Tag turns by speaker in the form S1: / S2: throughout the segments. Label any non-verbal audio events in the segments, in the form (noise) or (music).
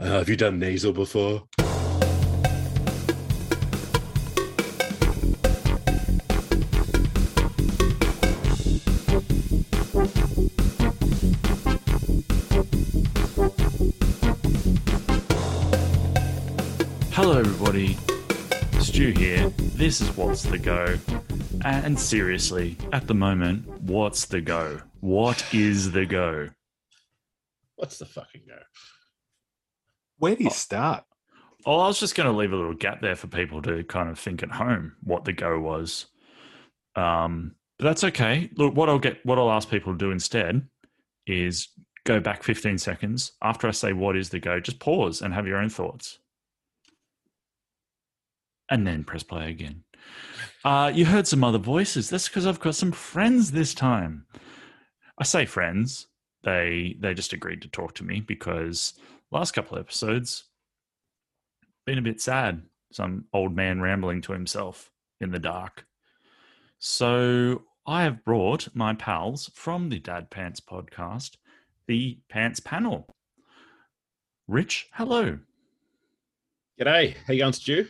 S1: Uh, have you done nasal before?
S2: Hello, everybody. Stu here. This is What's the Go. And seriously, at the moment, what's the go? What is the go?
S1: What's the fucking go?
S3: Where do you start?
S2: Oh, I was just going to leave a little gap there for people to kind of think at home what the go was. Um, but that's okay. Look, what I'll get, what I'll ask people to do instead is go back 15 seconds after I say what is the go. Just pause and have your own thoughts, and then press play again. Uh, you heard some other voices. That's because I've got some friends this time. I say friends. They they just agreed to talk to me because last couple of episodes been a bit sad. Some old man rambling to himself in the dark. So I have brought my pals from the Dad Pants podcast, the Pants Panel. Rich, hello.
S1: G'day. How you going, Stu?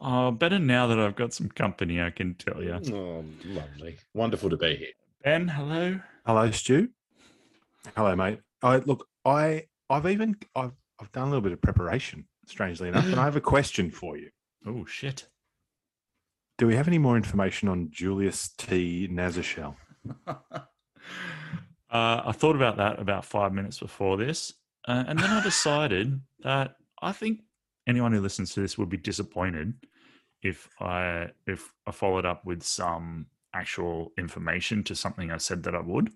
S2: Uh, better now that I've got some company, I can tell you.
S1: Oh, lovely. Wonderful to be here.
S2: Ben, hello.
S3: Hello, Stu. Hello, mate. I look, I I've even I've I've done a little bit of preparation, strangely enough, and I (laughs) have a question for you.
S2: Oh shit.
S3: Do we have any more information on Julius T. Nazashel?
S2: uh, I thought about that about five minutes before this, uh, and then I decided that I think anyone who listens to this would be disappointed if I if I followed up with some actual information to something I said that I would.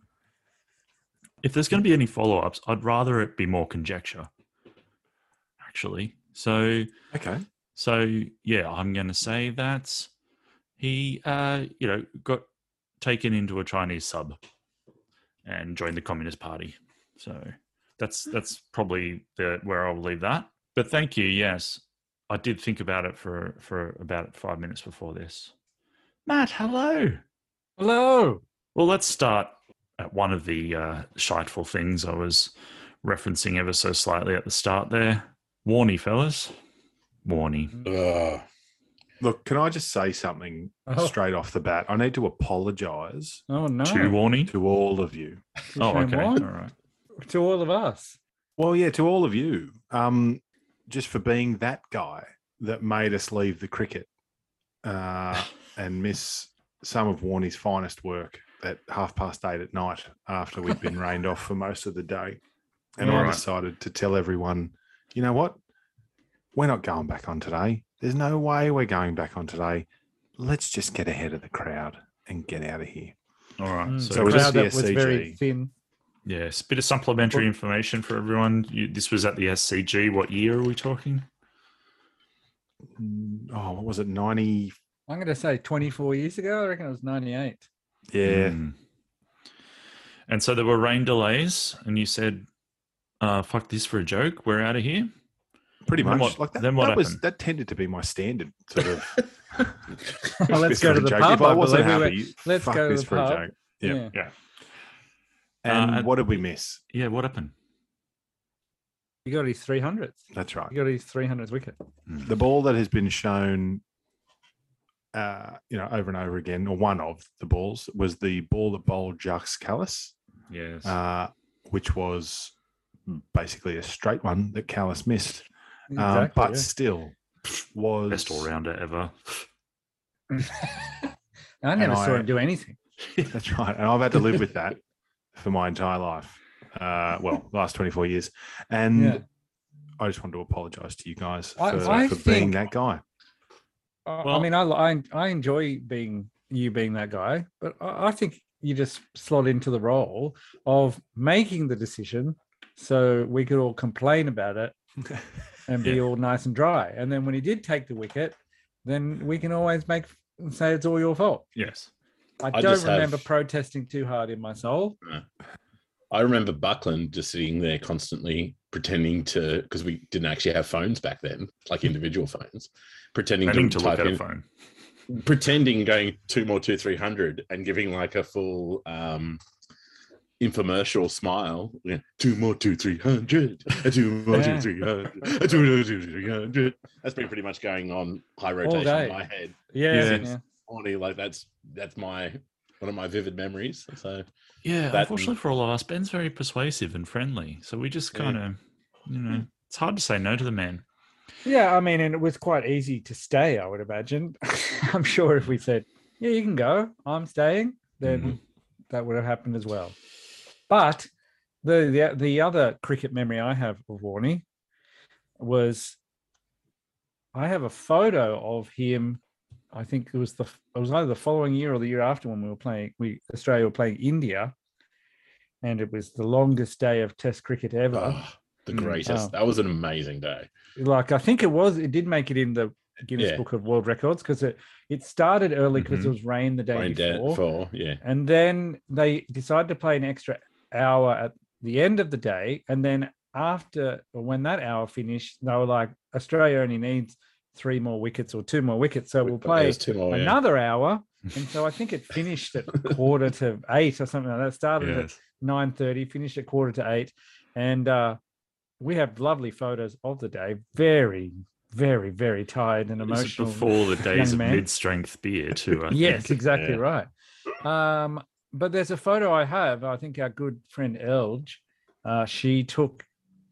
S2: If there's going to be any follow ups, I'd rather it be more conjecture. Actually, so
S3: Okay.
S2: so yeah, I'm going to say that he, uh, you know, got taken into a Chinese sub and joined the Communist Party. So that's that's probably the, where I'll leave that. But thank you. Yes, I did think about it for for about five minutes before this. Matt, hello.
S4: Hello.
S2: Well, let's start at one of the uh, shiteful things I was referencing ever so slightly at the start there. Warney, fellas. Warney.
S1: Mm-hmm. Ugh.
S3: Look, can I just say something
S4: Oh,
S3: straight off the bat? I need to apologize
S4: oh no.
S2: Two Warney.
S3: to all of you.
S4: Two
S2: Oh,
S4: shame
S2: okay. All
S4: one.
S2: right.
S4: To all of us.
S3: Well, yeah, to all of you. Um, just for being that guy that made us leave the cricket uh, and miss some of Warney's finest work at half past eight at night after we'd been rained off for most of the day. And I
S2: Alright.
S3: decided to tell everyone, you know what? We're not going back on today. There's no way we're going back on today. Let's just get ahead of the crowd and get out of here.
S2: All right.
S4: Mm,
S2: so,
S3: So it was
S4: crowd that
S3: just the
S4: was very
S3: SCG.
S4: thin.
S2: yes, bit of supplementary information for everyone. You, this was at the SCG. What year are we talking?
S3: Mm, Oh, what was it? 90.
S4: I'm going to say 24 years ago. I reckon it was 98.
S3: (laughs) Yeah.
S2: Mm. And so there were rain delays, and you said, uh, "Fuck this for a joke. We're out of here."
S3: Pretty
S2: Then
S3: much.
S2: what-
S3: like that,
S2: then what
S3: that was
S2: happened?
S3: that tended to be my standard sort of.
S4: (laughs) Well, Oh, let's
S3: this
S4: go
S3: for a
S4: to the
S3: joke.
S4: pub.
S3: If I
S4: I
S3: wasn't
S4: believe we went-
S3: happy,
S4: Let's
S3: fuck
S4: go to
S3: this
S4: the
S3: for
S4: pub.
S3: a joke. Yeah.
S4: Yeah.
S3: And
S2: Uh,
S3: what did we miss?
S2: Yeah. What happened?
S4: He got his 300th.
S3: That's right.
S4: He got his 300th wicket.
S2: Hmm.
S3: The ball that has been shown, uh, you know, over and over again, or one of the balls, was the ball that bowled Jacques Callis,
S2: Yes.
S3: uh, which was basically a straight one that Callis missed, um, but
S4: yeah.
S3: still was
S2: Best all rounder ever.
S3: (laughs)
S4: I never
S3: and
S4: saw
S3: I-
S4: him do anything.
S3: That's right. And I've had to live with that (laughs) for my entire life. Uh, well, last 24 years. And
S4: Yeah.
S3: I just wanted to apologize to you guys for,
S4: I- I
S3: for being
S4: think-
S3: that guy.
S4: I-
S2: Well-
S4: I mean, I, li- I I enjoy being you being that guy, but I, I think you just slot into the role of making the decision so we could all complain about it and be
S2: Yeah.
S4: all nice and dry. And then when he did take the wicket, then we can always make and say it's all your fault.
S2: Yes.
S4: I,
S1: I
S4: don't
S1: just have-
S4: remember protesting too hard in my soul.
S1: I remember Buckland just sitting there constantly pretending to, because we didn't actually have phones back then, like individual phones, pretending
S2: Planning
S1: to,
S2: to look
S1: type
S2: at
S1: in,
S2: a phone.
S1: pretending going two more two three hundred and giving like a full um infomercial smile. Yeah, two more, two, three hundred. A two more,
S4: Yeah.
S1: two, three hundred. A two more, two, three hundred. That's been pretty much going on high rotation
S4: day.
S1: in my head.
S4: Yeah.
S3: Yes.
S4: yeah.
S1: Honestly, like that's that's my one of my vivid memories. So
S2: Yeah,
S1: That-
S2: unfortunately for all of us, Ben's very persuasive and friendly. So we just
S1: Yeah.
S2: kind of, you know, it's hard to say no to the man.
S4: Yeah, I mean, and it was quite easy to stay, I would imagine. (laughs) I'm sure if we said, yeah, you can go, I'm staying, then that would have happened as well. But the, the the other cricket memory I have of Warney was I have a photo of him. I think it was the it was either the following year or the year after when we were playing we Australia were playing India, and it was the longest day of Test cricket ever
S1: oh, the
S2: Mm.
S1: greatest.
S4: Oh.
S1: That was an amazing day.
S4: like I think it was it did make it in the Guinness
S1: Yeah. Mm-hmm.
S4: Book of World Records because it it started early because it was rain the day
S1: Rain down
S4: before,
S1: for yeah.
S4: and then they decided to play an extra hour at the end of the day, and then after or when that hour finished, they were like Australia only needs three more wickets or two more wickets, so we'll play
S1: There's two more. oh, yeah.
S4: another hour. And so I think
S1: (laughs)
S4: it finished at quarter to eight or something like that. Started at nine thirty. Finished at quarter to eight, and uh, we have lovely photos of the day. Very, very, very tired and
S2: This is
S4: emotional.
S2: before the days of
S4: man.
S2: mid-strength beer, too. I
S4: (laughs)
S2: (laughs)
S4: yes,
S2: think.
S4: exactly
S1: Yeah.
S4: right. Um, but there's a photo I have. I think our good friend Elge, uh, she took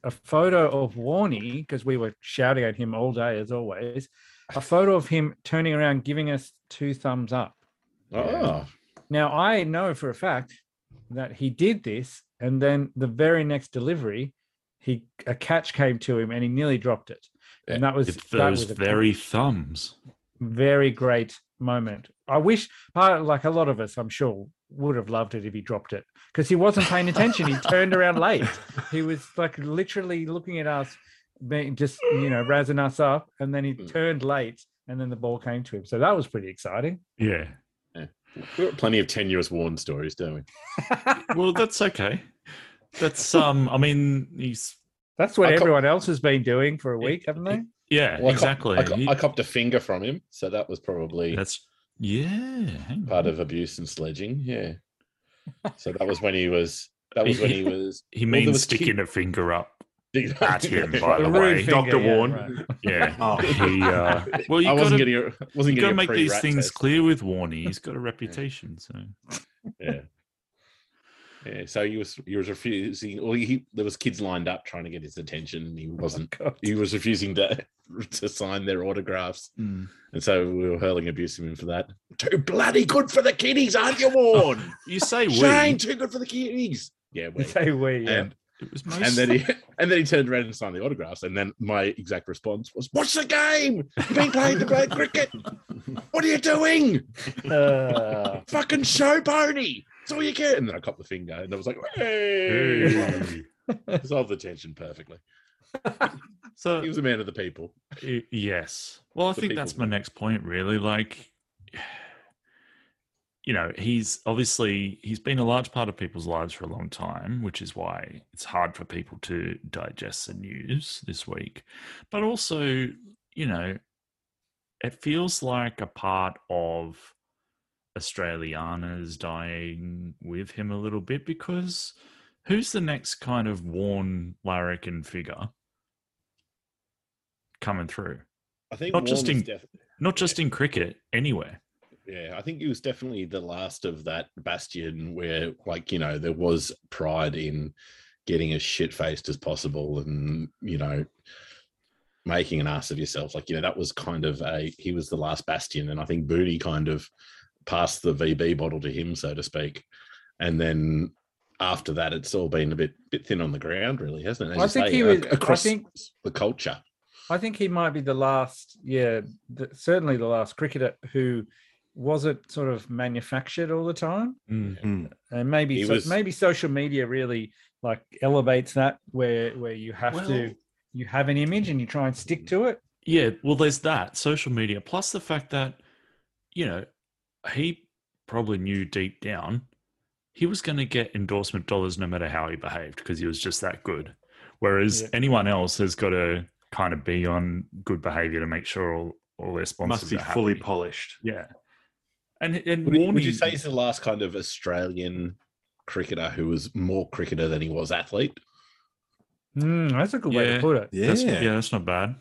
S4: a photo of Warney because we were shouting at him all day as always. A photo of him turning around, giving us two thumbs up.
S1: Oh,
S4: Now I know for a fact that he did this, and then the very next delivery, he a catch came to him and he nearly dropped it. And that was
S2: With
S4: that
S2: those
S4: was a
S2: very thumbs.
S4: very great moment. I wish part like a lot of us, I'm sure, would have loved it if he dropped it because he wasn't paying (laughs) attention. he turned around late. He was like literally looking at us, being just you know razzing us up, and then he
S1: Mm.
S4: turned late, and then the ball came to him. So that was pretty exciting.
S2: Yeah.
S1: we've got plenty of tenuous Warren stories, don't we?
S2: Well, that's okay. That's um. I mean, he's
S4: That's what
S1: I can't-
S4: everyone else has been doing for a week, haven't they?
S2: yeah,
S1: Well, I cop-
S2: exactly.
S1: I, co-
S2: He-
S1: I copped a finger from him, so that was probably
S2: that's yeah. hang
S1: part
S2: on. (laughs)
S1: of abuse and sledging. Yeah. So that was when
S2: (laughs)
S1: he was. That was when he was. (laughs)
S2: He
S1: well, there
S2: means
S1: was
S2: sticking
S1: kid-
S2: a finger up
S1: (laughs)
S2: at him.
S1: I
S2: By the way,
S4: finger,
S3: Dr.
S4: yeah,
S3: Warren.
S4: (laughs) right.
S2: yeah.
S3: Oh, (laughs)
S1: (laughs)
S2: He, uh, well, you got
S1: wasn't
S2: to
S1: getting. A, wasn't
S2: you
S1: getting.
S2: got to
S1: a
S2: make these
S1: pre-rat
S2: things
S1: test.
S2: clear with Warney.
S1: (laughs)
S2: He's got a reputation, so
S1: Yeah. Yeah, so he was he was refusing. Well, he there was kids lined up trying to get his attention. And he wasn't.
S2: Oh
S4: God.
S1: He was refusing to (laughs) to sign their autographs, and so we were hurling abuse at him for that. Too bloody good for the kiddies, aren't you,
S2: (laughs)
S1: Warren?
S2: you say
S1: Shane,
S2: we.
S1: too good for the kiddies. Yeah,
S4: You
S2: (laughs)
S1: we.
S4: say we, yeah.
S1: And
S2: It was
S1: and
S2: most,
S1: then he (laughs) and then he turned around and signed the autographs. And then my exact response was, "What's the game? You've been playing the great cricket. What are you doing? (laughs)
S4: Uh,
S1: Fucking show pony. It's all you get." And then I copped the finger, and I was like, "Hey!"
S2: (laughs) Hey.
S1: (laughs) Solved the tension perfectly.
S2: so
S1: He was a man of the people.
S2: Y- Yes. Well, I
S1: for
S2: think that's
S1: people.
S2: my next point, really. Like, (sighs) you know, he's obviously he's been a large part of people's lives for a long time, which is why it's hard for people to digest the news this week. But also, you know, it feels like a part of Australiana's dying with him a little bit because who's the next kind of worn larrikin figure coming through?
S1: I think
S2: Not just
S1: Warren
S2: in-
S1: was def-
S2: not just in cricket anywhere
S1: Yeah, I think he was definitely the last of that bastion where, like, you know, there was pride in getting as shit faced as possible and, you know, making an ass of yourself. Like, you know, that was kind of a, he was the last bastion. And I think Booty kind of passed the VB bottle to him, so to speak. And then after that, it's all been a bit bit thin on the ground, really, hasn't it? As
S4: I
S1: you
S4: think
S1: say,
S4: he
S1: a-
S4: was. I
S1: across
S4: think
S1: the culture.
S4: I think he might be the last. Yeah, the, certainly the last cricketer who wasn't sort of manufactured all the time,
S3: mm,
S4: and maybe
S1: He
S4: so,
S1: was-
S4: maybe social media really like elevates that where where you have to you have an image and you try and stick to it.
S2: yeah well there's that social media plus the fact that you know he probably knew deep down he was going to get endorsement dollars no matter how he behaved because he was just that good whereas
S4: Yeah.
S2: anyone else has got to kind of be on good behavior to make sure all, all their sponsors
S3: must be
S2: are
S3: fully
S2: happy.
S3: polished.
S2: yeah and and
S1: Would, you- would you
S2: Warney-
S1: say he's the last kind of Australian cricketer who was more cricketer than he was athlete.
S4: Mm, that's a good way to
S2: Yeah.
S4: put it.
S3: Yeah,
S2: That's, yeah, that's not bad.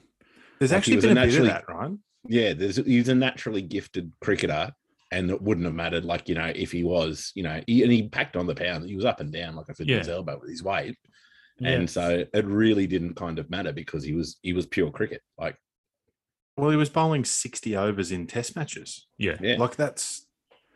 S3: There's
S1: Like, he
S3: actually
S1: was
S3: been
S1: an
S3: a bit of
S1: actually-
S3: that, Ryan.
S1: Yeah, there's, he's a naturally gifted cricketer, and it wouldn't have mattered, like, you know, if he was, you know, he, and he packed on the pounds. He was up and down, like I said, to
S2: Yeah.
S1: his elbow with his weight.
S4: Yeah.
S1: And so it really didn't kind of matter because he was he was pure cricket. (laughs) Like,
S3: Well, he was bowling 60 overs in Test matches.
S2: Yeah.
S1: yeah.
S3: Like that's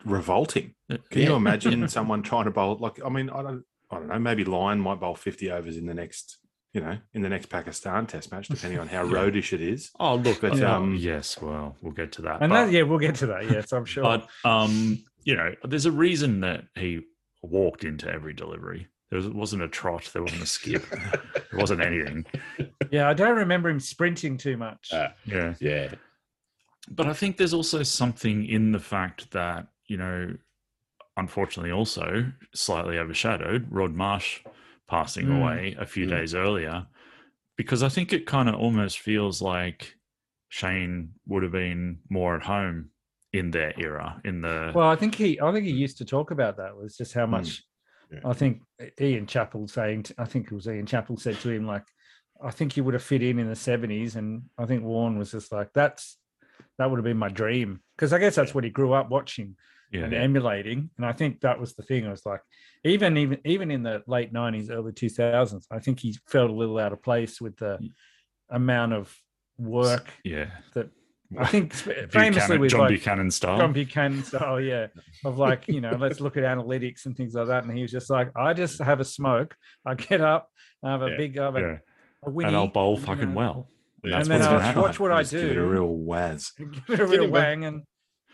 S3: revolting. Can you
S1: Yeah.
S3: imagine someone trying to bowl like I mean I don't I don't know maybe Lyon might bowl 50 overs in the next you know in the next Pakistan Test match depending on how
S2: Yeah.
S3: roadish it is.
S2: Oh, look.
S3: But,
S2: uh,
S3: um,
S2: yes. Well, we'll get to that.
S4: And
S2: but-
S4: that, yeah, we'll get to that.
S1: (laughs)
S4: Yes, I'm sure.
S2: But um, you know, there's a reason that he walked into every delivery. There was, wasn't a trot. There wasn't a
S4: (laughs)
S2: skip. there wasn't anything.
S4: yeah, I don't remember him sprinting too much.
S1: Uh,
S2: Yeah.
S1: yeah.
S2: But I think there's also something in the fact that you know, unfortunately, also slightly overshadowed Rod Marsh passing
S4: Mm.
S2: away a few
S1: Mm.
S2: days earlier, because I think it kind of almost feels like Shane would have been more at home in their era in the
S4: well, I think he, I think he used to talk about that was just how
S2: Hmm.
S3: Mm.
S4: much.
S1: Yeah.
S4: I think Ian Chappell saying, t- I think it was Ian Chappell said to him like, I think you would have fit in in the '70s, and I think Warren was just like, that's that would have been my dream because I guess that's what he grew up watching. and
S2: yeah
S4: emulating. And I think that was the thing. I was like, even even even in the late nineties, early two thousands, I think he felt a little out of place with the
S2: Y-
S4: amount of work.
S2: yeah.
S4: I think sp- famously
S2: Buchanan,
S4: with
S2: John
S4: like
S2: Buchanan style.
S4: John Buchanan style, yeah, of like you know, let's look at analytics and things like that. And he was just like, I just have a smoke, I get up, I have a
S1: Yeah,
S4: big, I have a,
S2: yeah.
S4: a winnie,
S2: and I'll bowl
S4: you
S2: fucking
S4: know, (laughs)
S2: well.
S1: Yeah.
S2: That's
S4: And then
S2: what's
S4: I'll
S2: gonna happen.
S4: watch what I
S3: Just give it a
S4: do.
S3: real waz.
S4: give it a
S1: Get
S4: real
S1: him back.
S4: wang, and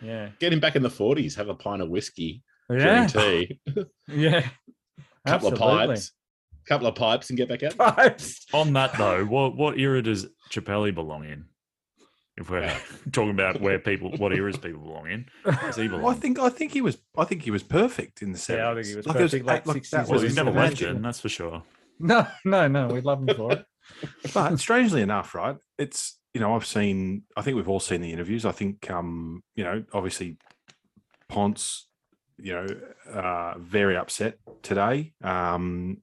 S4: yeah,
S1: Get him back in the 40s, have a pint of whiskey, during
S4: yeah,
S1: tea,
S4: (laughs) yeah,
S1: couple of
S4: absolutely.
S1: pipes, couple of pipes, and get back out.
S4: Pipes.
S2: On that though, what what era does Chappelli belong in? If we're
S1: Yeah.
S2: (laughs) talking about where people, what eras people belong in, does he
S3: Well, I
S2: belong?
S3: think I think he was I think he was perfect in the 70s.
S4: Yeah, I think he was
S3: it
S4: perfect, like,
S3: a- that
S4: 60s,
S2: Well, he's
S4: was
S2: never
S4: the
S2: left
S4: magic.
S2: it, that's for sure.
S4: No, no, no. We'd love him for it.
S3: but strangely enough, right? It's you know I've seen. I think we've all seen the interviews. I think um you know obviously Ponce, you know, uh, very upset today. Um,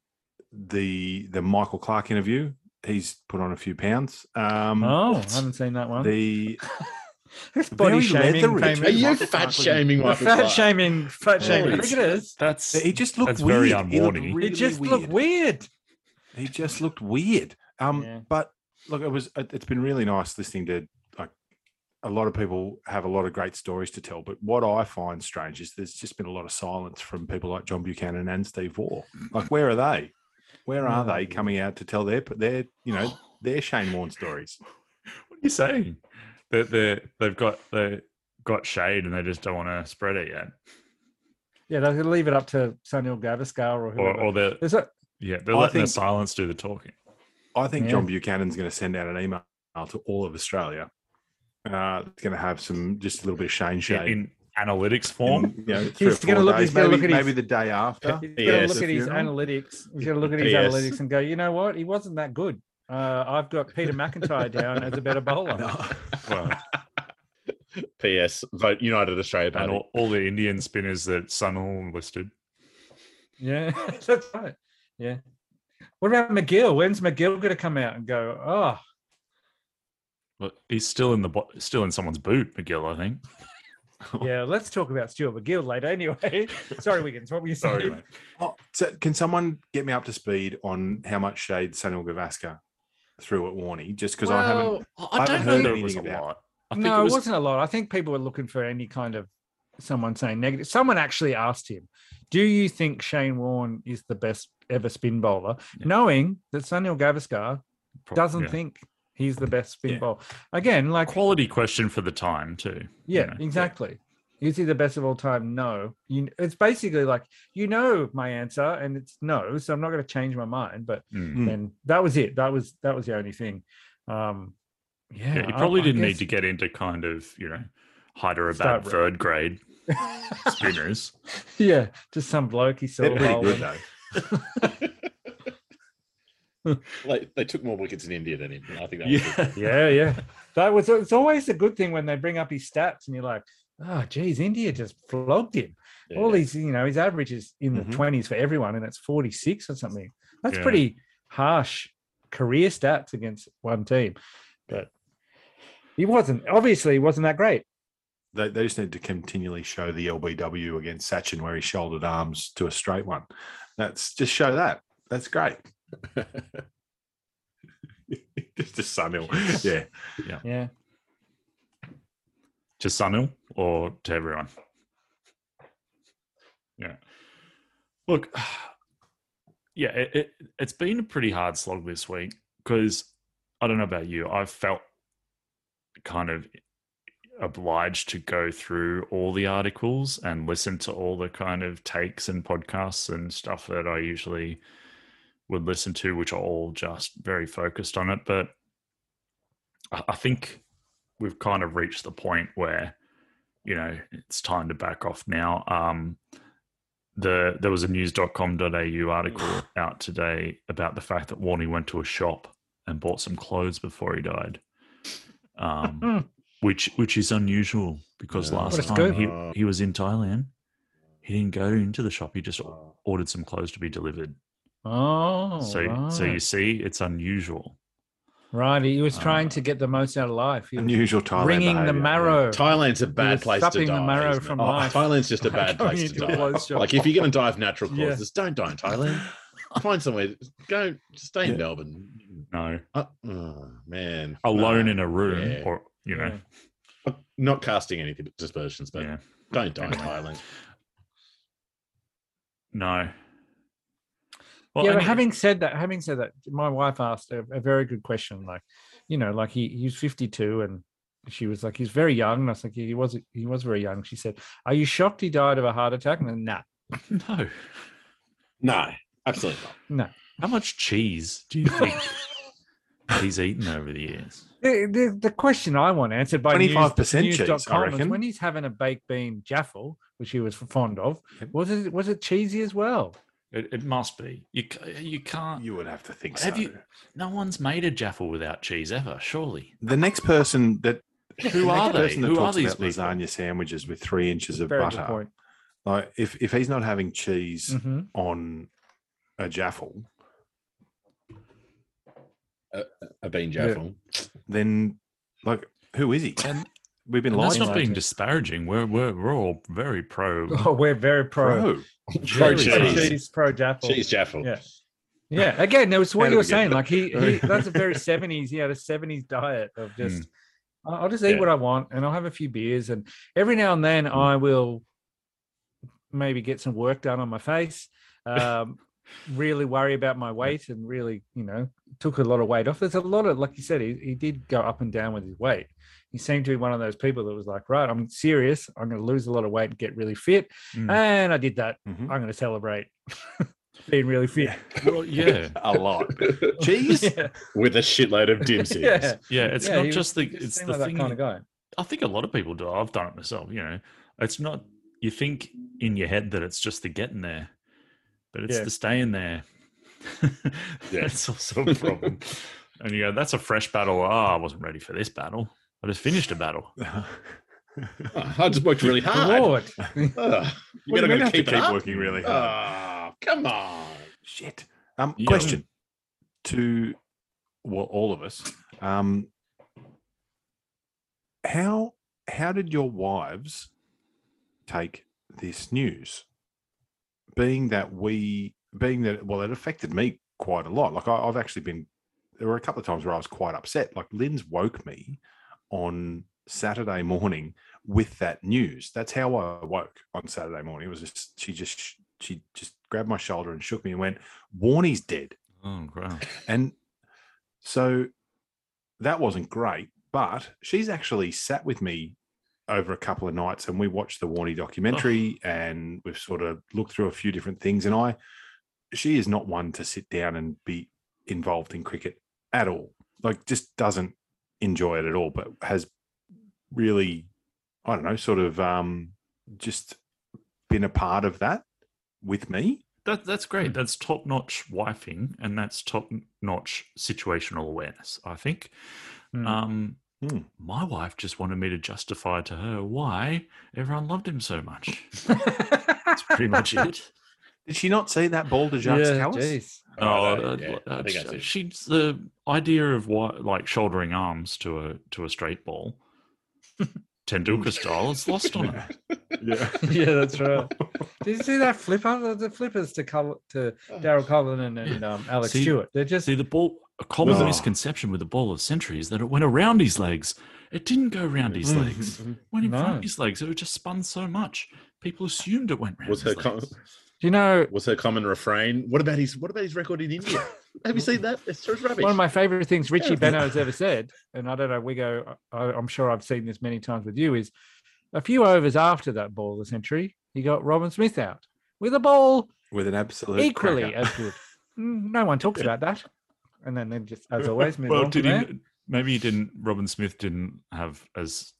S3: the the Michael Clark interview. He's put on a few pounds. Um,
S4: Oh, I haven't seen that (laughs) one.
S3: the
S4: It's body
S3: very
S4: shaming,
S3: leathery.
S1: Are
S4: famous-
S1: you
S3: Michael Clark
S1: fat
S3: was-
S1: shaming
S4: the
S1: Michael
S4: (laughs) fat
S1: Clark?
S4: shaming, fat
S1: Yeah.
S4: shaming
S1: Holy
S4: cricketers.
S2: That's
S3: he just looked
S2: That's very
S3: weird. He looked
S2: unwarning.
S4: It just looked weird.
S3: He just looked weird. Um,
S4: Yeah.
S3: but look, it was. it- It's been really nice listening to like a lot of people have a lot of great stories to tell. But what I find strange is there's just been a lot of silence from people like John Buchanan and Steve Waugh. Like, where are they? Where are they
S4: No.
S3: coming out to tell their their you know their Shane Warne stories?
S2: what are you saying? Mm. That they they've got they got shade and they just don't want to spread it yet,
S4: Yeah, they could leave it up to Sunil Gavaskar or
S2: or
S4: whoever.
S2: or they
S4: Is it?
S2: yeah they're
S3: I
S2: letting the
S3: think-
S2: silence do the talking.
S3: I think
S4: Yeah.
S3: John Buchanan's going to send out an email to all of Australia. Uh, it's going to have some just a little bit of Shane
S2: In,
S3: shade.
S2: in analytics form,
S3: in, you know, three or
S4: He's gonna
S3: four
S4: look-
S3: days,
S4: he's gonna
S3: maybe,
S4: look at his-
S3: maybe the day after.
S4: He's going to
S1: Yes.
S4: look at his
S3: Funeral?
S4: analytics. He's going to look at his
S1: Yes.
S4: analytics and go, you know what? He wasn't that good. Uh, I've got Peter McIntyre down as a
S2: (laughs)
S4: better bowler.
S2: well,
S1: P.S. Vote United Australia
S2: and
S1: Party.
S2: all, all the Indian spinners that Sunil listed.
S4: Yeah, (laughs) that's right. Yeah. What about McGill? When's McGill going to come out and go, oh,
S2: Well, he's still in the bo- still in someone's boot, McGill. I think.
S4: Yeah, let's talk about Stuart McGill later. Anyway, (laughs) sorry, Wiggins. What were you saying?
S2: Sorry, mate.
S3: Oh, so can someone get me up to speed on how much shade Sanil Gavaskar threw at Warney? Just because I haven't.
S2: I,
S3: I
S2: don't
S3: haven't
S2: know
S3: heard
S2: that it was a
S3: anything about
S2: lot. I think
S4: no,
S2: it
S4: it,
S2: was.
S4: was... not a lot. I think people were looking for any kind of someone saying negative. Someone actually asked him, "Do you think Shane Warne is the best ever spin bowler?"
S2: Yeah.
S4: Knowing that Sunil Gavaskar
S2: pro-
S4: doesn't
S2: yeah.
S4: think he's the best spin
S3: Yeah.
S4: bowler. Again, like
S2: quality question for the time too. you
S4: Yeah,
S2: know.
S4: exactly. Is he the best of all time? No. You, it's basically like you know my answer, and it's no. So I'm not going to change my mind. But
S2: Mm.
S3: Mm.
S4: then that was it. That was that was the only thing. Um, yeah,
S2: Yeah, you probably didn't need to get into kind of you know Hyderabad
S4: Start-
S2: third grade
S4: get.
S2: spinners.
S4: yeah, just some bloke he saw.
S3: They're pretty
S4: bowling.
S3: good
S4: (laughs)
S3: though.
S1: Like, they took more wickets in India than him. and I think that was
S2: yeah,
S4: Yeah, yeah. That was. It's always a good thing when they bring up his stats, and you're like, oh, geez, India just flogged him. All
S1: Yeah.
S4: these, you know, his average is in
S3: Mhm.
S4: the 20s for everyone, and it's 46 or something. That's
S2: Yeah.
S4: pretty harsh career stats against one team. But he wasn't, obviously, he wasn't that great.
S3: They, they just need to continually show the LBW against Sachin where he shouldered arms to a straight one. That's just show that. That's
S4: (laughs)
S3: great. (laughs) just a Sunil. Yeah.
S4: Yeah.
S2: to Sunil or to everyone? Yeah. Look, (sighs) yeah, it, it, it's been a pretty hard slog this week because I don't know about you. I've felt kind of obliged to go through all the articles and listen to all the kind of takes and podcasts and stuff that I usually would listen to, which are all just very focused on it. But I I think we've kind of reached the point where you know it's time to back off now um the there was a news.com.au article out today about the fact that Warney went to a shop and bought some clothes before he died um
S4: (laughs)
S2: which which is unusual because
S1: Yeah.
S2: last
S4: What a
S2: time he,
S1: scoop.
S2: he was in Thailand he didn't go into the shop he just ordered some clothes to be delivered
S4: oh,
S2: so
S4: right.
S2: so you see it's unusual
S4: right. He
S1: Ah.
S4: was trying
S2: Uh,
S4: to get the most out of life. He was
S3: Unusual Thailand.
S4: wringing the
S3: behaviour.
S4: marrow.
S1: Thailand's a
S4: You're
S1: bad place to
S4: sapping the
S1: die.
S4: marrow
S1: isn't it?
S4: from
S1: Oh,
S4: life.
S1: Thailand's
S4: (laughs)
S1: just a bad
S4: Going
S1: place to
S4: into a
S1: die.
S4: closed shop.
S1: Like if you're going to die of natural
S4: Yeah.
S1: causes, don't die in Thailand. Find somewhere. Go stay in
S3: Yeah.
S1: Melbourne.
S2: no
S1: Uh, oh man,
S2: alone
S1: No.
S2: in a room
S1: Yeah.
S2: or you know
S4: Yeah.
S1: Not casting any dispersions, but
S2: yeah.
S1: don't die in
S2: Anyway.
S1: Thailand.
S2: No.
S4: yeah,
S2: I
S4: but
S2: mean,
S4: having said that, having said that, my wife asked a, a very good question. Like, you know, like he he's fifty two, and she was like, he's very young. And I was like, he was he was very young. She said, "Are you shocked he died of a heart attack?" And then, nah,
S2: (laughs) no.
S1: No, absolutely not.
S2: How much cheese do you
S4: (laughs)
S2: think he's eaten over the years?
S4: The, the, the question I want answered by
S3: 25%
S4: news,
S3: cheese, I
S4: news.com is
S3: reckon.
S4: when he's having a baked bean jaffle, which he was fond of,
S3: Yep.
S4: was it was it cheesy as well?
S2: It, it must be. You c- you can't.
S3: You would have to think
S2: Have
S3: so.
S2: you- no one's made a jaffle without cheese ever, surely.
S3: The next person that
S2: Who
S3: the
S2: are
S3: next
S2: they?
S3: person that
S2: Who are
S3: talks
S2: these
S3: about lasagna sandwiches with three inches of
S4: Very good
S3: butter,
S4: point.
S3: like if if he's not having cheese
S4: Mhm.
S3: on a jaffle,
S1: A bean
S4: Yeah.
S1: jaffle.
S3: then like who is he?
S2: And,
S3: We've been
S2: and that's
S3: lying.
S4: life.
S2: not being disparaging. We're we're, we're all very
S4: (laughs)
S2: pro.
S4: Oh, we're very pro
S3: Bro,
S1: Pro
S2: Very
S1: cheese.
S2: cheese.
S1: cheese,
S4: cheese, pro jaffle.
S1: jaffle.
S4: Oh, Yeah. Yeah, again, that was
S3: How
S4: what
S3: did
S4: you were
S3: we get
S4: saying.
S3: there?
S4: Like he, he that's a very seventies. He had a seventies diet of just, "I- I'll just eat
S1: Yeah.
S4: what I want, and I'll have a few beers, and every now and then I will maybe get some work done on my face. Um, really worry about my weight, and really, you know, took a lot of weight off. There's a lot of, like you said, he, he did go up and down with his weight. He seemed to be one of those people that was like, right, I'm serious. I'm going to lose a lot of weight and get really fit.
S2: Mm.
S4: And I did that.
S3: (laughs) Mhm.
S4: I'm going to celebrate (laughs) being really fit.
S2: Well, yeah,
S3: a lot cheese.
S4: (laughs) Yeah.
S1: With a shitload of dim sims.
S4: (laughs) Yeah.
S2: yeah. It's
S4: Yeah,
S2: not
S4: he was-
S2: just the.
S4: he just
S2: It's
S4: seemed
S2: the
S4: like
S2: thing.
S4: That kind of guy.
S2: I think a lot of people do. I've done it myself. You know, it's not. You think in your head that it's just the getting there, but it's
S4: Yeah.
S2: the staying there. (laughs) that's also a problem. and you go, "That's a fresh battle." Oh, I wasn't ready for this battle. I just finished a battle.
S1: Oh, I just worked really hard.
S4: (laughs) Lord.
S1: Ugh. You
S3: Well,
S1: better
S3: you're
S1: go
S3: gonna have to
S1: keep, it
S3: keep
S1: up.
S3: working
S4: (laughs)
S3: really
S1: Oh, come on.
S3: Shit. Um,
S2: Yeah.
S3: question to well, all of us. Um, how how did your wives take this news? Being that we, being that well, it affected me quite a lot. Like I, I've actually been. There were a couple of times where I was quite upset. Like Lynn's woke me on Saturday morning with that news. That's how I woke on Saturday morning. It was just she just she just grabbed my shoulder and shook me and went, "Warnie's dead."
S2: Oh, wow.
S3: And so that wasn't great, but she's actually sat with me over a couple of nights and we watched the Warnie documentary and we've sort of looked through a few different things. And I, she is not one to sit down and be involved in cricket at all. Like, just doesn't enjoy it at all, but has really, I don't know, sort of um, just been a part of that with me.
S2: That that's great. That's top notch
S4: (laughs)
S2: wifing, and that's top notch situational awareness. I think.
S4: Mm.
S2: Um,
S3: Hmm.
S2: My wife just wanted me to justify to her why everyone loved him so much. That's pretty much it.
S3: Did she not see that ball to
S4: (laughs) jeez.
S2: Oh,
S1: Alright,
S2: uh,
S1: yeah,
S2: uh,
S1: I think I see.
S2: she, the idea of what like shouldering arms to a to a
S1: (laughs)
S2: straight ball, Tendulkar style, is lost on her.
S3: (laughs) Yeah.
S4: yeah, that's right. Did you see that flipper? The flippers to Col- to Daryl Cullen and, and um, Alex
S2: See-
S4: Stewart. They're just
S2: See, the ball. A common
S1: Oh.
S3: No.
S2: misconception with the ball of century is that it went around his legs. It didn't go around his
S1: (laughs)
S3: Mhm.
S2: legs. It went in front
S4: No.
S2: of his legs. It just spun so much. People assumed it went round.
S1: Was her
S2: his
S1: com- (laughs)
S2: legs.
S4: you know
S1: was her common refrain? What about his What about his record in India? Have you seen that? It's just rubbish.
S4: one of my favorite things Richie
S1: Yeah.
S4: Benno has ever said, and I don't know, Wigo, I, I'm sure I've seen this many times with you, is a few overs after that ball of the century, he got Robin Smith out with a ball
S3: With an absolute
S4: equally
S3: cracker.
S4: as
S2: (laughs)
S4: good. Mm, No one talks about that. And then they just, as always, move
S2: well,
S4: on from
S2: did
S4: there.
S2: he? Maybe he didn't. Robin Smith didn't have as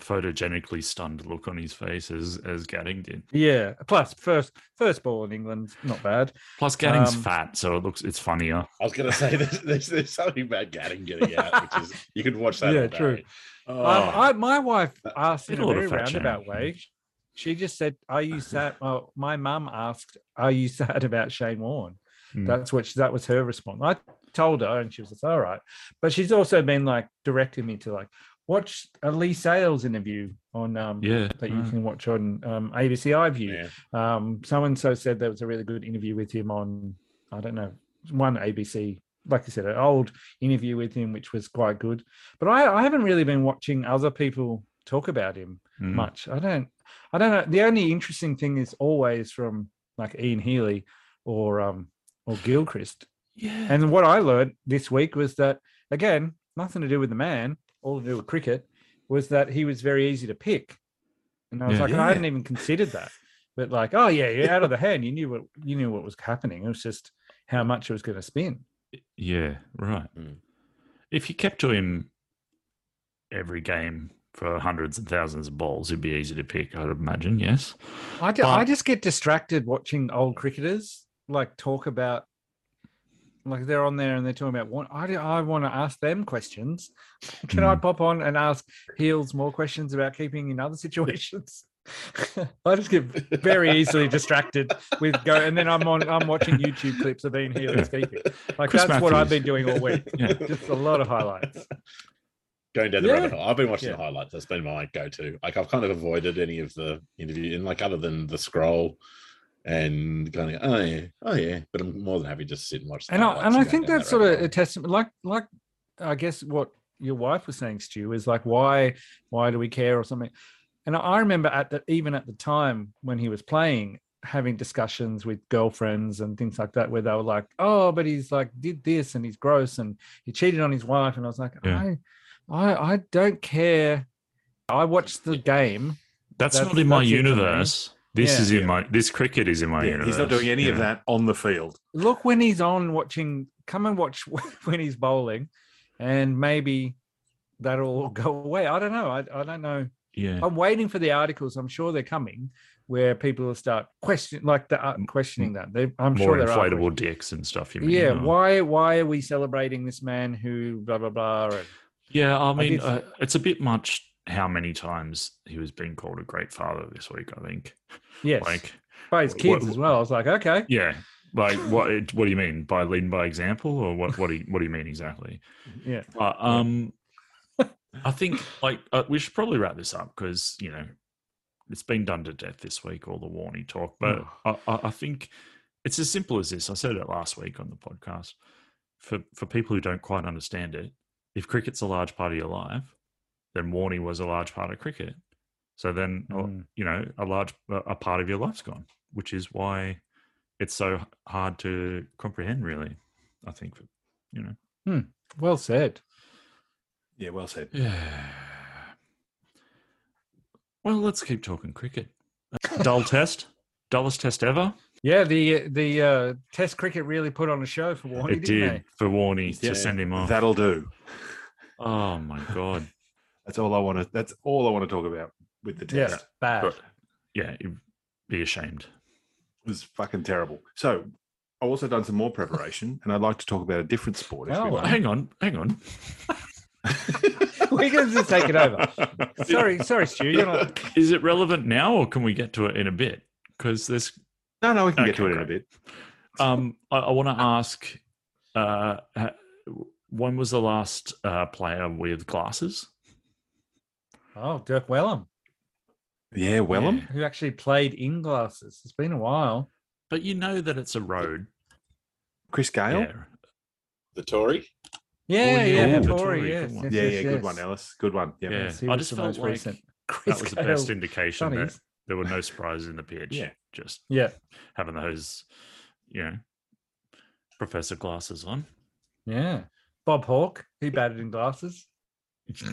S2: photogenically stunned look on his face as as Gadding did.
S4: Yeah. Plus, first first ball in England's not bad.
S2: Plus, Gadding's
S4: Um,
S2: fat, so it looks it's funnier.
S1: I was going to say (laughs) there's, there's, there's something about Gadding getting out, which is you could watch that.
S4: Yeah,
S1: all day.
S4: true.
S3: Oh.
S4: Um, I, my wife asked in a
S2: It'll
S4: very
S2: affect you.
S4: roundabout way. She just said, "Are you sad?" Well, my mum asked, "Are you (laughs) sad about Shane Warne?"
S2: Mm.
S4: That's what she, that was her response. I told her, and she was like, "All right," but she's also been like directing me to like watch a Lee Sales interview on um
S2: Yeah, Mm. Hmm.
S4: that you
S2: no.
S4: can watch on um, ABC
S1: Yeah.
S4: iView. Um, so and so said there was a really good interview with him on I don't know one ABC. Like I said, an old interview with him, which was quite good. But I, I haven't really been watching other people talk about him
S2: Mm.
S4: much. I don't I don't know. The only interesting thing is always from like Ian Healy or um or Gilchrist.
S2: Yeah,
S4: And what I learned this week was that again, nothing to do with the man, all to do with cricket, was that he was very easy to pick. And I was
S2: Yeah.
S4: like,
S3: Yeah.
S4: I hadn't even considered that. But like, oh yeah, you're out of the hand. You knew what you knew what was happening. It was just how much it was going to spin.
S2: Yeah, right.
S1: Mm.
S2: If you kept to him every game for hundreds and thousands of balls, it'd be easy to pick, I'd imagine. Yes.
S4: I, ju- I
S2: But-
S4: just get distracted watching old cricketers like talk about like they're on there and they're talking about what I, do- I want to ask them questions. Can
S2: Mm.
S4: I
S2: Hmm.
S4: pop on and ask Heels more questions about keeping in other situations? (laughs) I just get (laughs) very easily distracted with go, and then I'm on. I'm watching YouTube clips of Ian Heels keeping. Like
S2: Chris
S4: that's what I've
S2: Matthews.
S4: been doing all week.
S2: Yeah.
S4: Just a lot of highlights.
S1: (laughs) Going down the
S4: Yeah.
S1: rabbit hole. I've been watching the
S4: Yeah.
S1: highlights. That's been my go-to. Like I've kind of avoided any of the interview, and like other than the scroll, and kind of oh yeah, oh yeah. But I'm more than happy to just sit and watch. the
S4: and I,
S1: highlights
S4: and I
S1: go
S4: think
S1: down
S4: that's
S1: that
S4: sort of
S1: rabbit
S4: a testament like like i guess what your wife was saying stu is like why why do we care or something and i- i remember at the even at the time when he was playing having discussions with girlfriends and things like that where they were like oh but he's like did this and he's gross and he cheated on his wife and i was like
S2: Yeah.
S4: I, I i don't care i watched the game
S2: That's,
S4: That's-
S2: not in my
S4: that's it for me.
S2: universe. This
S4: Yeah.
S2: is in my this cricket is in my
S3: Yeah,
S2: universe.
S3: he's not doing any
S2: you
S3: of
S2: know.
S3: that on the field.
S4: look when he's on watching come and watch (laughs) when he's bowling and maybe that'll (laughs) all go away i don't know i, I don't know
S2: Yeah.
S4: i'm waiting for the articles i'm sure they're coming where people will start question like the uh, questioning that they, i'm
S2: Mm, More
S4: sure there are
S2: inflatable
S4: questions.
S2: dicks and stuff. You mean?
S4: yeah
S2: or-
S4: why why are we celebrating this man who blah blah blah
S2: (laughs)
S4: and
S2: Yeah, I mean,
S4: did-
S2: uh, it's a bit much how many times he was being called a great father this week. I think.
S4: yes
S2: Like,
S4: by his
S2: wh-
S4: kids
S2: wh-
S4: as well i was like okay
S2: yeah, like what? it- What do you mean by leading by example, or what? What do you, What do you mean exactly?
S4: yeah
S2: But um, I think like uh, we should probably wrap this up because you know it's been done to death this week, all the warning talk. But I I, I think it's as simple as this. I said it last week on the podcast. For for people who don't quite understand it, if cricket's a large part of your life, then warning was a large part of cricket. So then uh,
S4: Mm.
S2: you know a large a a part of your life's gone, which is why it's so h- hard to comprehend. Really, I think you know.
S4: well said
S3: Yeah, well said.
S2: Yeah. Well, let's keep talking cricket. Uh, (laughs) Dull test, dullest test ever.
S4: yeah the the uh test cricket really put on a show for warning
S2: it
S4: didn't
S2: did
S4: they?
S2: for Warney
S1: Yeah.
S2: to send him off.
S3: That'll do.
S2: oh my god!
S3: That's all I want to. That's all I want to talk about with the
S4: yeah
S3: test.
S4: bad
S2: But- Yeah, you'd be ashamed.
S3: It was fucking terrible. So I also done some more preparation, and I'd like (laughs) to talk about a different sport. If we
S4: Oh,
S3: may.
S2: Hang on, hang on.
S4: We're going to just take
S2: (laughs)
S4: it over. Sorry, sorry, Stu. You're not.
S2: Is it relevant now, or can we get to it in a bit? Because there's
S3: No, no, we can get to it
S2: Okay,
S3: in a bit.
S2: Um, I, I want to ask, uh, ha- when was the last uh, player with glasses?
S4: (laughs) Oh, Dirk Wellham,
S3: Yeah, Wellham.
S2: Yeah.
S4: who actually played in glasses. It's been a while.
S2: But you know that it's a road.
S3: Chris Gale.
S2: Yeah.
S1: The Tory?
S2: yeah,
S4: Yeah, yeah,
S2: yeah,
S4: Vittori,
S2: Vittori,
S4: yes,
S2: good one.
S4: yes,
S3: Yeah,
S4: yes,
S3: yeah, good one,
S4: yes.
S3: Ellis. Good one. Yeah.
S2: Yeah.
S4: Yes, he
S2: I
S4: was
S2: just
S4: the
S2: felt
S4: most
S2: like
S4: recent.
S2: That was the
S4: Gale.
S2: best indication that
S4: Sonny's.
S2: there were no surprises in the pitch.
S3: Yeah.
S2: Just
S4: Yeah,
S2: having those, you know, professor glasses on.
S4: yeah. Bob Hawke, he batted in glasses.
S2: (laughs)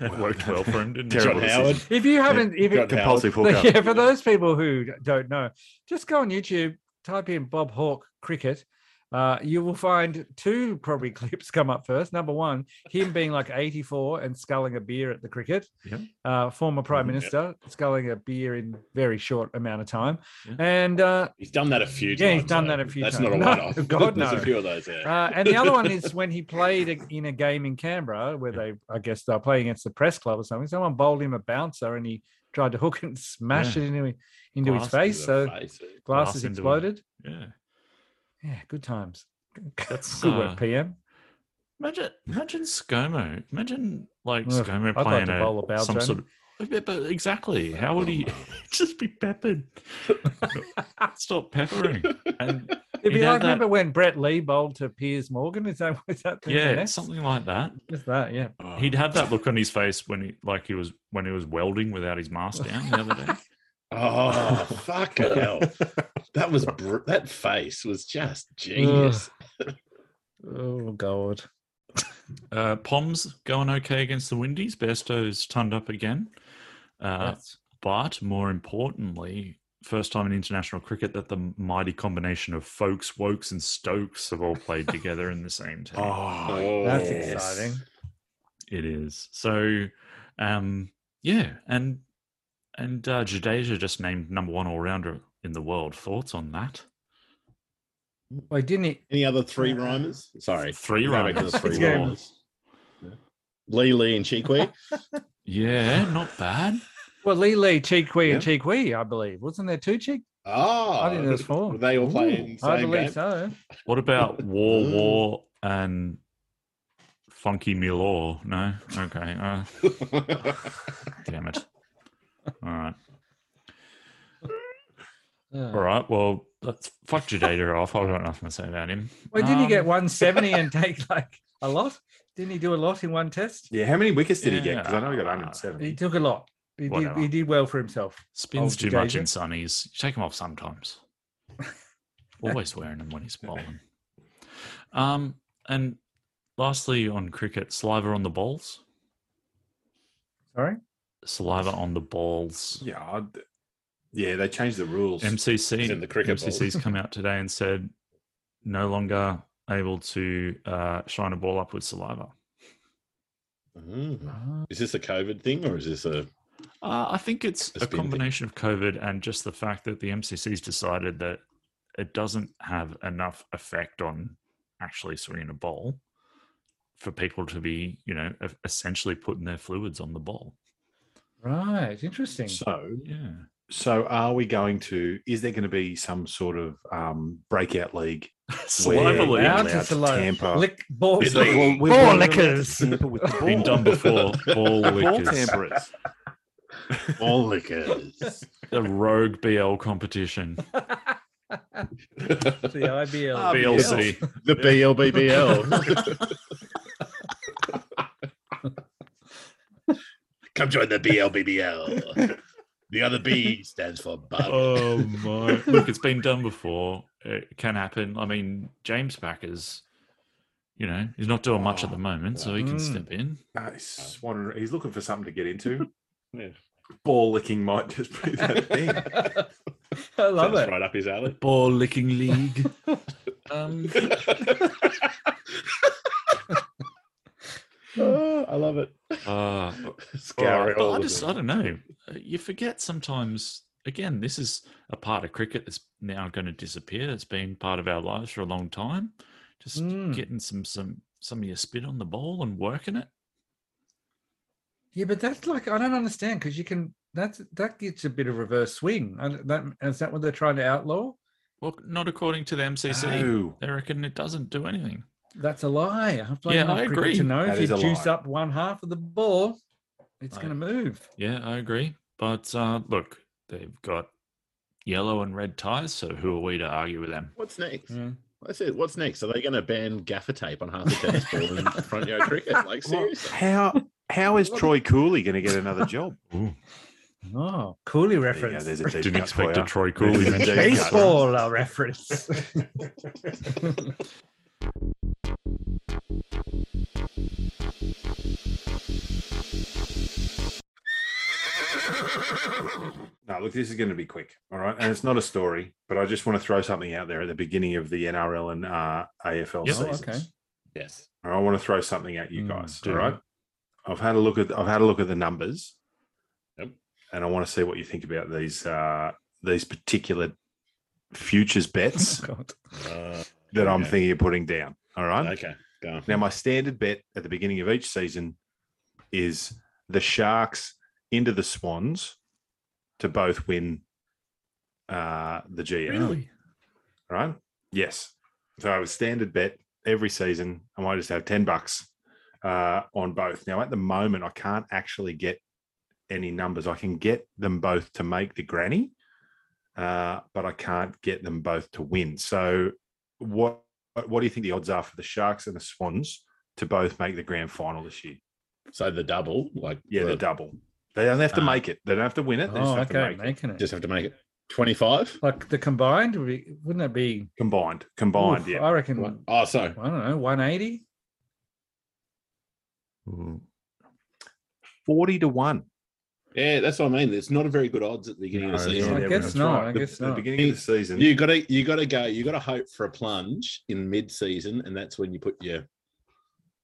S2: that
S3: (laughs)
S2: worked well for him, didn't it?
S3: Hmm. Terrible
S1: John Howard?
S4: If you haven't,
S1: got
S4: if it,
S1: Howard.
S3: Compulsive
S4: (laughs)
S3: hookup.
S4: yeah, for those people who don't know, just go on YouTube, type in Bob Hawke cricket. Uh, you will find two probably (laughs) clips come up first. Number one, him being like 84 and sculling a beer at the cricket.
S2: Yeah. Mm-hmm.
S4: Uh, former prime
S1: Mhm, yeah.
S4: minister sculling a beer in very short amount of time.
S2: Yeah.
S4: And uh,
S1: He's done that a few times.
S4: Yeah, he's done
S1: though.
S4: that a few
S1: That's
S4: times.
S1: not a
S4: No,
S1: one off.
S4: God,
S1: There's
S4: no.
S1: a few of those there.
S4: Uh, and the other one
S2: (laughs)
S4: is when he played a- in a game in Canberra where they, I guess, they were playing against the press club or something. Someone bowled him a bouncer and he tried to hook and (laughs) smash
S2: Yeah.
S4: it into, into his
S2: Glass
S4: face. So
S1: Face.
S4: glasses
S2: glass into it.
S4: exploded.
S2: Yeah.
S4: Yeah, good times.
S2: That's,
S4: (laughs) good
S2: uh,
S4: work, PM.
S2: Imagine, imagine ScoMo. Imagine like
S4: Ugh,
S2: ScoMo
S4: I'd like
S2: playing
S4: to
S2: a,
S4: bowl a bouncer
S2: some
S4: on
S2: sort of. Yeah, But exactly, how would he (laughs) just be peppered? Stop peppering, (laughs) and
S4: It'd be
S2: had
S4: like,
S2: that-
S4: remember when Brett Lee bowled to Piers Morgan? Is that, (laughs) is that the
S2: yeah,
S4: finesse?
S2: something like that.
S4: Just that, yeah.
S1: Oh.
S2: He'd have that look on his face when he, like he was when he was welding without his mask down the other
S4: (laughs)
S2: day.
S1: (laughs) Oh, fuck hell. That was, br- that face was just genius.
S4: Oh, God.
S2: Uh, Pom's going okay against the Windies. Besto's turned up again, uh,
S4: That's-
S2: but more importantly. First time in international cricket that the mighty combination of Folks, Wokes, and Stokes have all played together in the same team.
S3: Oh,
S4: that's
S3: yes.
S4: exciting.
S2: It is. So, um, yeah, and and uh, Jadeja just named number one all rounder in the world. Thoughts on that?
S4: Wait, didn't he?
S1: Any other three rhymers? Sorry.
S2: Three
S1: Go back to
S2: rounds.
S1: the
S4: It's
S1: three
S4: game.
S1: rhymers. Lee Lee and
S4: (laughs)
S1: Cheekwee.
S2: Yeah, not bad.
S4: Well, Lee Lee, Cheek Wee, and Cheek Wee, I believe. Wasn't there two Cheek?
S1: Oh,
S4: I think there's four.
S1: Were they all playing the
S4: I
S1: same
S4: believe
S1: game?
S4: so.
S2: What about War
S1: Mm.
S2: War and Funky Milor? No, okay. Uh, damn it. All right,
S4: Yeah.
S2: all right. Well, let's fuck Jadeja off. I've got nothing to say about him.
S4: Wait, didn't he get
S2: Um, (laughs)
S4: 170 and take like a lot? Didn't he do a lot in one test?
S3: Yeah, how many wickets did he get? Because I know he
S2: Yeah.
S3: got 107.
S4: He took a lot. He did,
S2: Whatever.
S4: he did well for himself.
S2: Spins
S4: Oh,
S2: too much
S4: Jadeja?
S2: in sunnies. You take him off sometimes. Always wearing them when he's bowling. Um, and lastly on cricket, saliva on the balls.
S4: Sorry?
S2: Saliva on the balls.
S3: Yeah, I'd- yeah, they changed the rules.
S2: MCC
S1: It's in the cricket ball.
S2: MCC's come out today and said no longer able to uh, shine a ball up with saliva.
S1: (laughs) Mm. Is this a COVID thing or is this a
S2: Uh, I think it's
S1: It's
S2: a
S1: been the-
S2: combination of COVID and just the fact that the MCC's decided that it doesn't have enough effect on actually swinging a ball for people to be, you know, e- essentially putting their fluids on the ball.
S4: Right. Interesting.
S3: So,
S2: (laughs) Yeah.
S3: so are we going to? Is there going to be some sort of um, breakout league?
S2: Saliva
S3: where we're
S4: Now
S2: leak
S4: to
S3: allowed to
S4: saliva.
S3: tamper-
S4: Lick ball.
S1: It's like-
S3: We're- we're
S4: Ball
S3: allowed to
S4: lickers.
S3: tamper (laughs) with the
S2: been
S3: ball.
S2: done before. (laughs) Ball
S3: Ball
S2: lickers.
S3: tamperers.
S1: all (laughs)
S4: (laughs)
S1: liquors?
S2: The rogue BL competition.
S4: the
S1: the
S4: IBL.
S3: Ah,
S2: BLC.
S1: BLBBL. (laughs) Come join the BLBBL. The other B stands for bug.
S2: Oh my! Look, it's been done before. It can happen. I mean, James Packer's, you know, he's not doing much at the moment, so he can
S4: Mm.
S2: step in.
S3: Uh, he's, wondering, he's looking for something to get into.
S1: (laughs) Yeah.
S3: Ball licking might just be
S2: (laughs)
S3: that thing.
S4: I love
S1: Sounds
S4: it.
S1: right up his alley.
S2: Ball licking league.
S1: (laughs)
S2: um,
S1: Oh, I love it.
S2: uh,
S1: Scouring
S2: all right,
S1: all
S2: I
S1: of
S2: just,
S1: them.
S2: I don't know. Uh, You forget sometimes. Again, this is a part of cricket that's now going to disappear. It's been part of our lives for a long time. Just
S4: Mm.
S2: getting some some some of your spit on the ball and working it.
S4: Yeah, but that's like I don't understand because you can that's that gets a bit of reverse swing. And that is that what they're trying to outlaw?
S2: Well, not according to the MCC.
S3: No.
S2: They reckon it doesn't do anything.
S4: That's a lie. I've played
S2: Yeah,
S4: enough
S2: I
S4: cricket
S2: agree.
S4: to know
S3: That
S4: if
S3: is
S4: you
S3: a
S4: juice
S3: lie.
S4: up one half of the ball, it's
S2: I-
S4: going to move.
S2: Yeah, I agree. But uh, look, they've got yellow and red ties, so who are we to argue with them?
S1: What's next?
S4: Yeah.
S1: I said, Hmm. what's next? Are they going to ban gaffer tape on half the tennis ball in front yard cricket? Like
S3: Well,
S1: seriously?
S3: how how is
S1: What-
S3: Troy Cooley going to get
S2: (laughs)
S3: another job?
S4: Oh,
S3: There
S4: Cooley
S3: you go,
S4: reference.
S3: there's a deep
S2: Didn't
S3: cut
S2: expect
S3: for
S2: a
S3: ya.
S2: Troy
S3: Cooley
S2: Cooley
S3: There's a (laughs) mention. deep cut.
S4: Baseball uh,
S3: (laughs)
S4: reference.
S3: No, look, this is going to be quick. All right. And it's not a story, but I just want to throw something out there at the beginning of the NRL and uh, AFL
S2: Yep.
S4: Oh,
S3: seasons.
S4: okay.
S1: Yes.
S3: All right, I want to throw something at you
S4: Mm,
S3: guys.
S2: do
S3: all right. I've had a look at I've had a look at the numbers.
S1: Yep.
S3: And I want to see what you think about these uh, these particular
S1: (laughs)
S3: futures bets
S4: (laughs) God.
S1: Uh,
S3: that I'm
S1: Okay.
S3: thinking of putting down. All right.
S1: okay. Go on.
S3: Now, my standard bet at the beginning of each season is the Sharks into the Swans to both win uh, the GM.
S2: Really?
S3: Right? Yes. So I have a standard bet every season. I might just have 10 bucks uh, on both. Now, at the moment, I can't actually get any numbers. I can get them both to make the granny, uh, but I can't get them both to win. So, what what do you think the odds are for the Sharks and the Swans to both make the grand final this year?
S1: So the double, like
S3: Yeah, the,
S1: the-
S3: double. They don't have to
S1: Uh,
S3: make it. They don't have to win it. They just
S4: Ah. Oh,
S3: have to
S4: okay.
S3: make it.
S4: Making it.
S1: just have to make it twenty-five.
S4: like the combined, would be, wouldn't it be?
S3: Combined. Combined.
S4: oof,
S3: yeah.
S4: I reckon,
S1: Oh, so
S4: I don't know, 180?
S3: Mm. 40 to 1.
S1: yeah, that's what I mean. It's not a very good odds at the beginning of the
S3: No,
S1: season.
S4: I
S3: yeah,
S4: guess
S3: that's
S4: not, I
S3: The-
S4: guess
S3: the
S4: not.
S3: beginning of the season.
S1: You gotta you gotta go, you gotta hope for a plunge in mid-season, and that's when you put your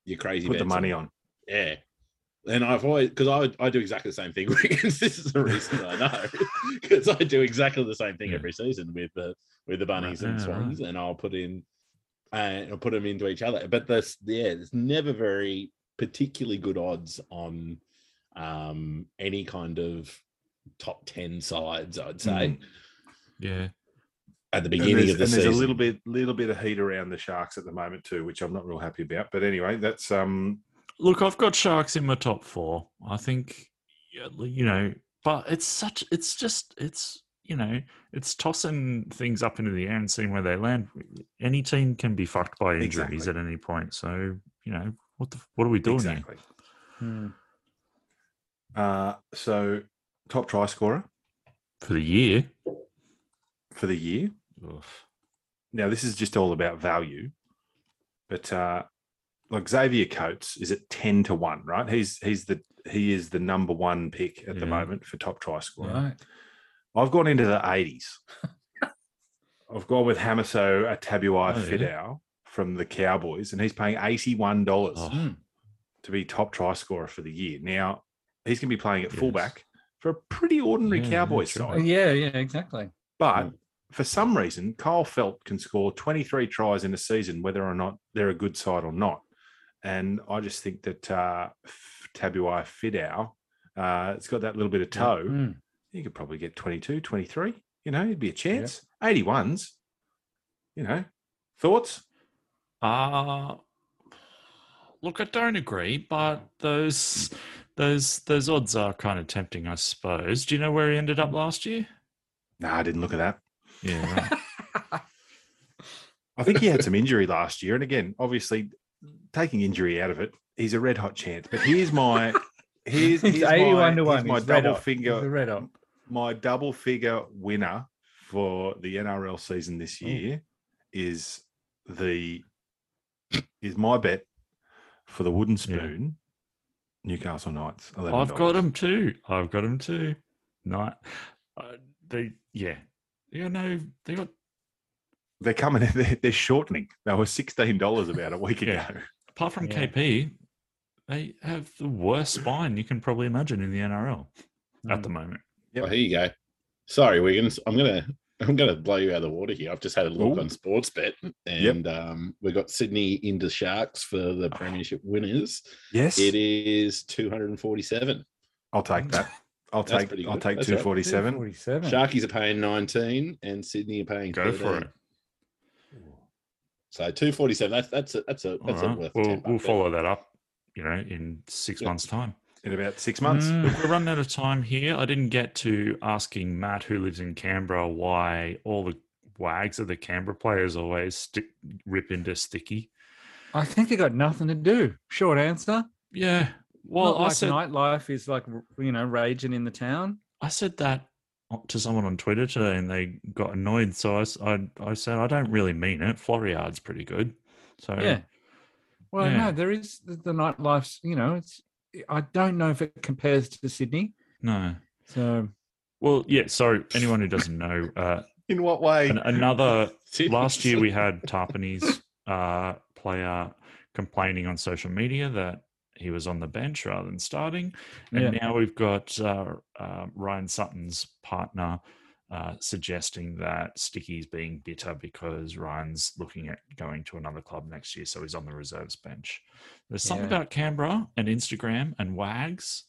S1: your crazy
S3: put the
S1: bets
S3: money on.
S1: Yeah. And I've always because I would- I do exactly the same thing. (laughs) Wiggins. this is the reason I know (laughs) because I do exactly the same thing
S2: Yeah.
S1: every season with the with the bunnies and
S2: yeah, right.
S1: swans, and I'll put in and I'll put them into each other. But this yeah, there's never very particularly good odds on um any kind of top ten sides. I'd say
S3: Mm.
S2: Yeah.
S1: at the
S3: And
S1: beginning
S3: there's-
S1: of the
S3: and
S1: season.
S3: There's a little bit, little bit of heat around the Sharks at the moment too, which I'm not real happy about. But anyway, that's um,
S2: Look, I've got sharks in my top four. I think, yeah, you know, but it's such, it's just, it's, you know, it's tossing things up into the air and seeing where they land. Any team can be fucked by injuries
S3: Exactly.
S2: at any point. So, you know, what the, what are we doing here?
S3: exactly.
S4: Hmm.
S3: Uh, so top try scorer
S2: For the year.
S3: for the year.
S2: Oof.
S3: Now this is just all about value, but uh, like Xavier Coates is at ten to one, right? He's he's the he is the number one pick at the
S2: Yeah.
S3: moment for top try scorer.
S4: Right.
S3: I've gone into the 80s. I've gone with Hamaso Atabuai
S2: Oh,
S3: Fidau
S2: yeah.
S3: from the Cowboys, and he's paying $81
S2: Oh.
S3: to be top try scorer for the year. Now, he's going to be playing at
S2: Yes.
S3: fullback for a pretty ordinary
S2: Yeah, yeah,
S3: Cowboys
S2: true.
S4: Oh,
S3: side.
S4: yeah, yeah, exactly.
S3: But
S1: Mm.
S3: for some reason, Kyle Felt can score 23 tries in a season, whether or not they're a good side or not. And I just think that uh, Tabuai Fidau, uh, it's got that little bit of toe
S4: Hmm.
S3: you could probably get 22, 23. You know, it'd be a chance. 81s. You know, thoughts?
S2: Uh look, I don't agree, but those those those odds are kind of tempting, I suppose. Do you know where he ended up last year?
S3: No, I didn't look at that.
S2: Yeah, right.
S3: (laughs)
S4: (laughs)
S3: I think he had some injury last year. And again, obviously, taking injury out of it, he's a red hot chance. But here's my.
S4: (laughs)
S3: Here's,
S4: It's
S3: here's
S4: 81
S3: my,
S4: to 1.
S3: here's my
S4: He's red
S3: double
S4: hot. He's a
S3: finger
S4: red hot.
S3: my double figure winner for the NRL season this
S1: Oh.
S2: Mm.
S3: year is the is my bet for the wooden spoon Newcastle Knights.
S2: I've got
S3: $11.
S2: him too. I've got him too. Not uh, they. Yeah, you know they got
S3: they're coming in, (laughs) they're, they're shortening. They were $16 about a week ago.
S2: (laughs) Yeah. apart from
S4: Yeah.
S2: KP, they have the worst spine you can probably
S1: Hmm.
S2: imagine in the NRL at the moment.
S1: Oh,
S3: Yep.
S1: Well, here you go. Sorry, Wiggins. I'm gonna (laughs) I'm going to blow you out of the water here. I've just had a look
S3: Ooh.
S1: on sports bet, and um, we got Sydney into Sharks for the
S2: Oh.
S1: Premiership winners.
S3: Yes,
S1: It is 247.
S3: I'll take that. I'll
S1: That's
S3: take.
S1: pretty
S3: I'll
S1: good.
S3: take
S1: That's all
S3: two
S1: right.
S3: forty-seven.
S4: Forty-seven.
S1: Sharkies are paying 19, and Sydney are paying.
S2: Go for
S1: 13.
S2: it.
S1: So 247. That's that's a that's a
S2: All
S1: that's a
S2: right.
S1: worth.
S2: We'll,
S1: 10 buck
S2: we'll
S1: bet.
S2: follow that up, you know, in six
S1: Yeah.
S2: months' time.
S3: In about six months,
S2: Look, We're running out of time here. I didn't get to asking Matt, who lives in Canberra, why all the wags of the Canberra players always stick, rip into Sticky.
S4: I think they got nothing to do. Short answer.
S2: Yeah. Well,
S4: Well,
S2: I
S4: like
S2: said
S4: nightlife is like r- you know raging in the town.
S2: I said that to someone on Twitter today, and they got annoyed. So I, s- I- I said I don't really mean it. Floriade's pretty good.
S3: Oh.
S2: So
S4: Yeah. Well,
S2: Yeah.
S4: no, there is the, the nightlife's. You know, it's. I don't know if it compares to Sydney.
S2: no.
S4: So
S2: Well, yeah. So anyone who doesn't know, uh,
S3: in what way?
S2: an- another
S4: (laughs)
S1: Sydney's-
S2: last year we had Tarpany's uh, player complaining on social media that he was on the bench rather than starting, and
S4: Yeah.
S2: now we've got uh, uh, Ryan Sutton's partner uh, suggesting that Sticky's being bitter because Ryan's looking at going to another club next year, so he's on the reserves bench. There's something
S4: Yeah.
S2: about Canberra and Instagram and Wags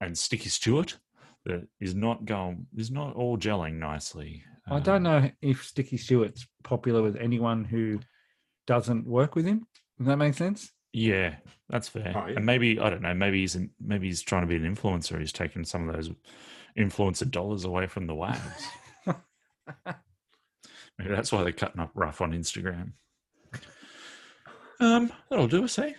S2: and Sticky Stewart that is not going is not all gelling nicely.
S4: I don't
S2: Um,
S3: Ah.
S4: know if Sticky Stewart's popular with anyone who doesn't work with him. Does that make sense?
S2: Yeah, that's fair.
S3: Oh, yeah.
S2: And maybe I don't know. Maybe he's in, maybe he's trying to be an influencer. He's taking some of those influencer dollars away from the wags. maybe that's why they're cutting up rough on Instagram. Um, that'll do us, eh?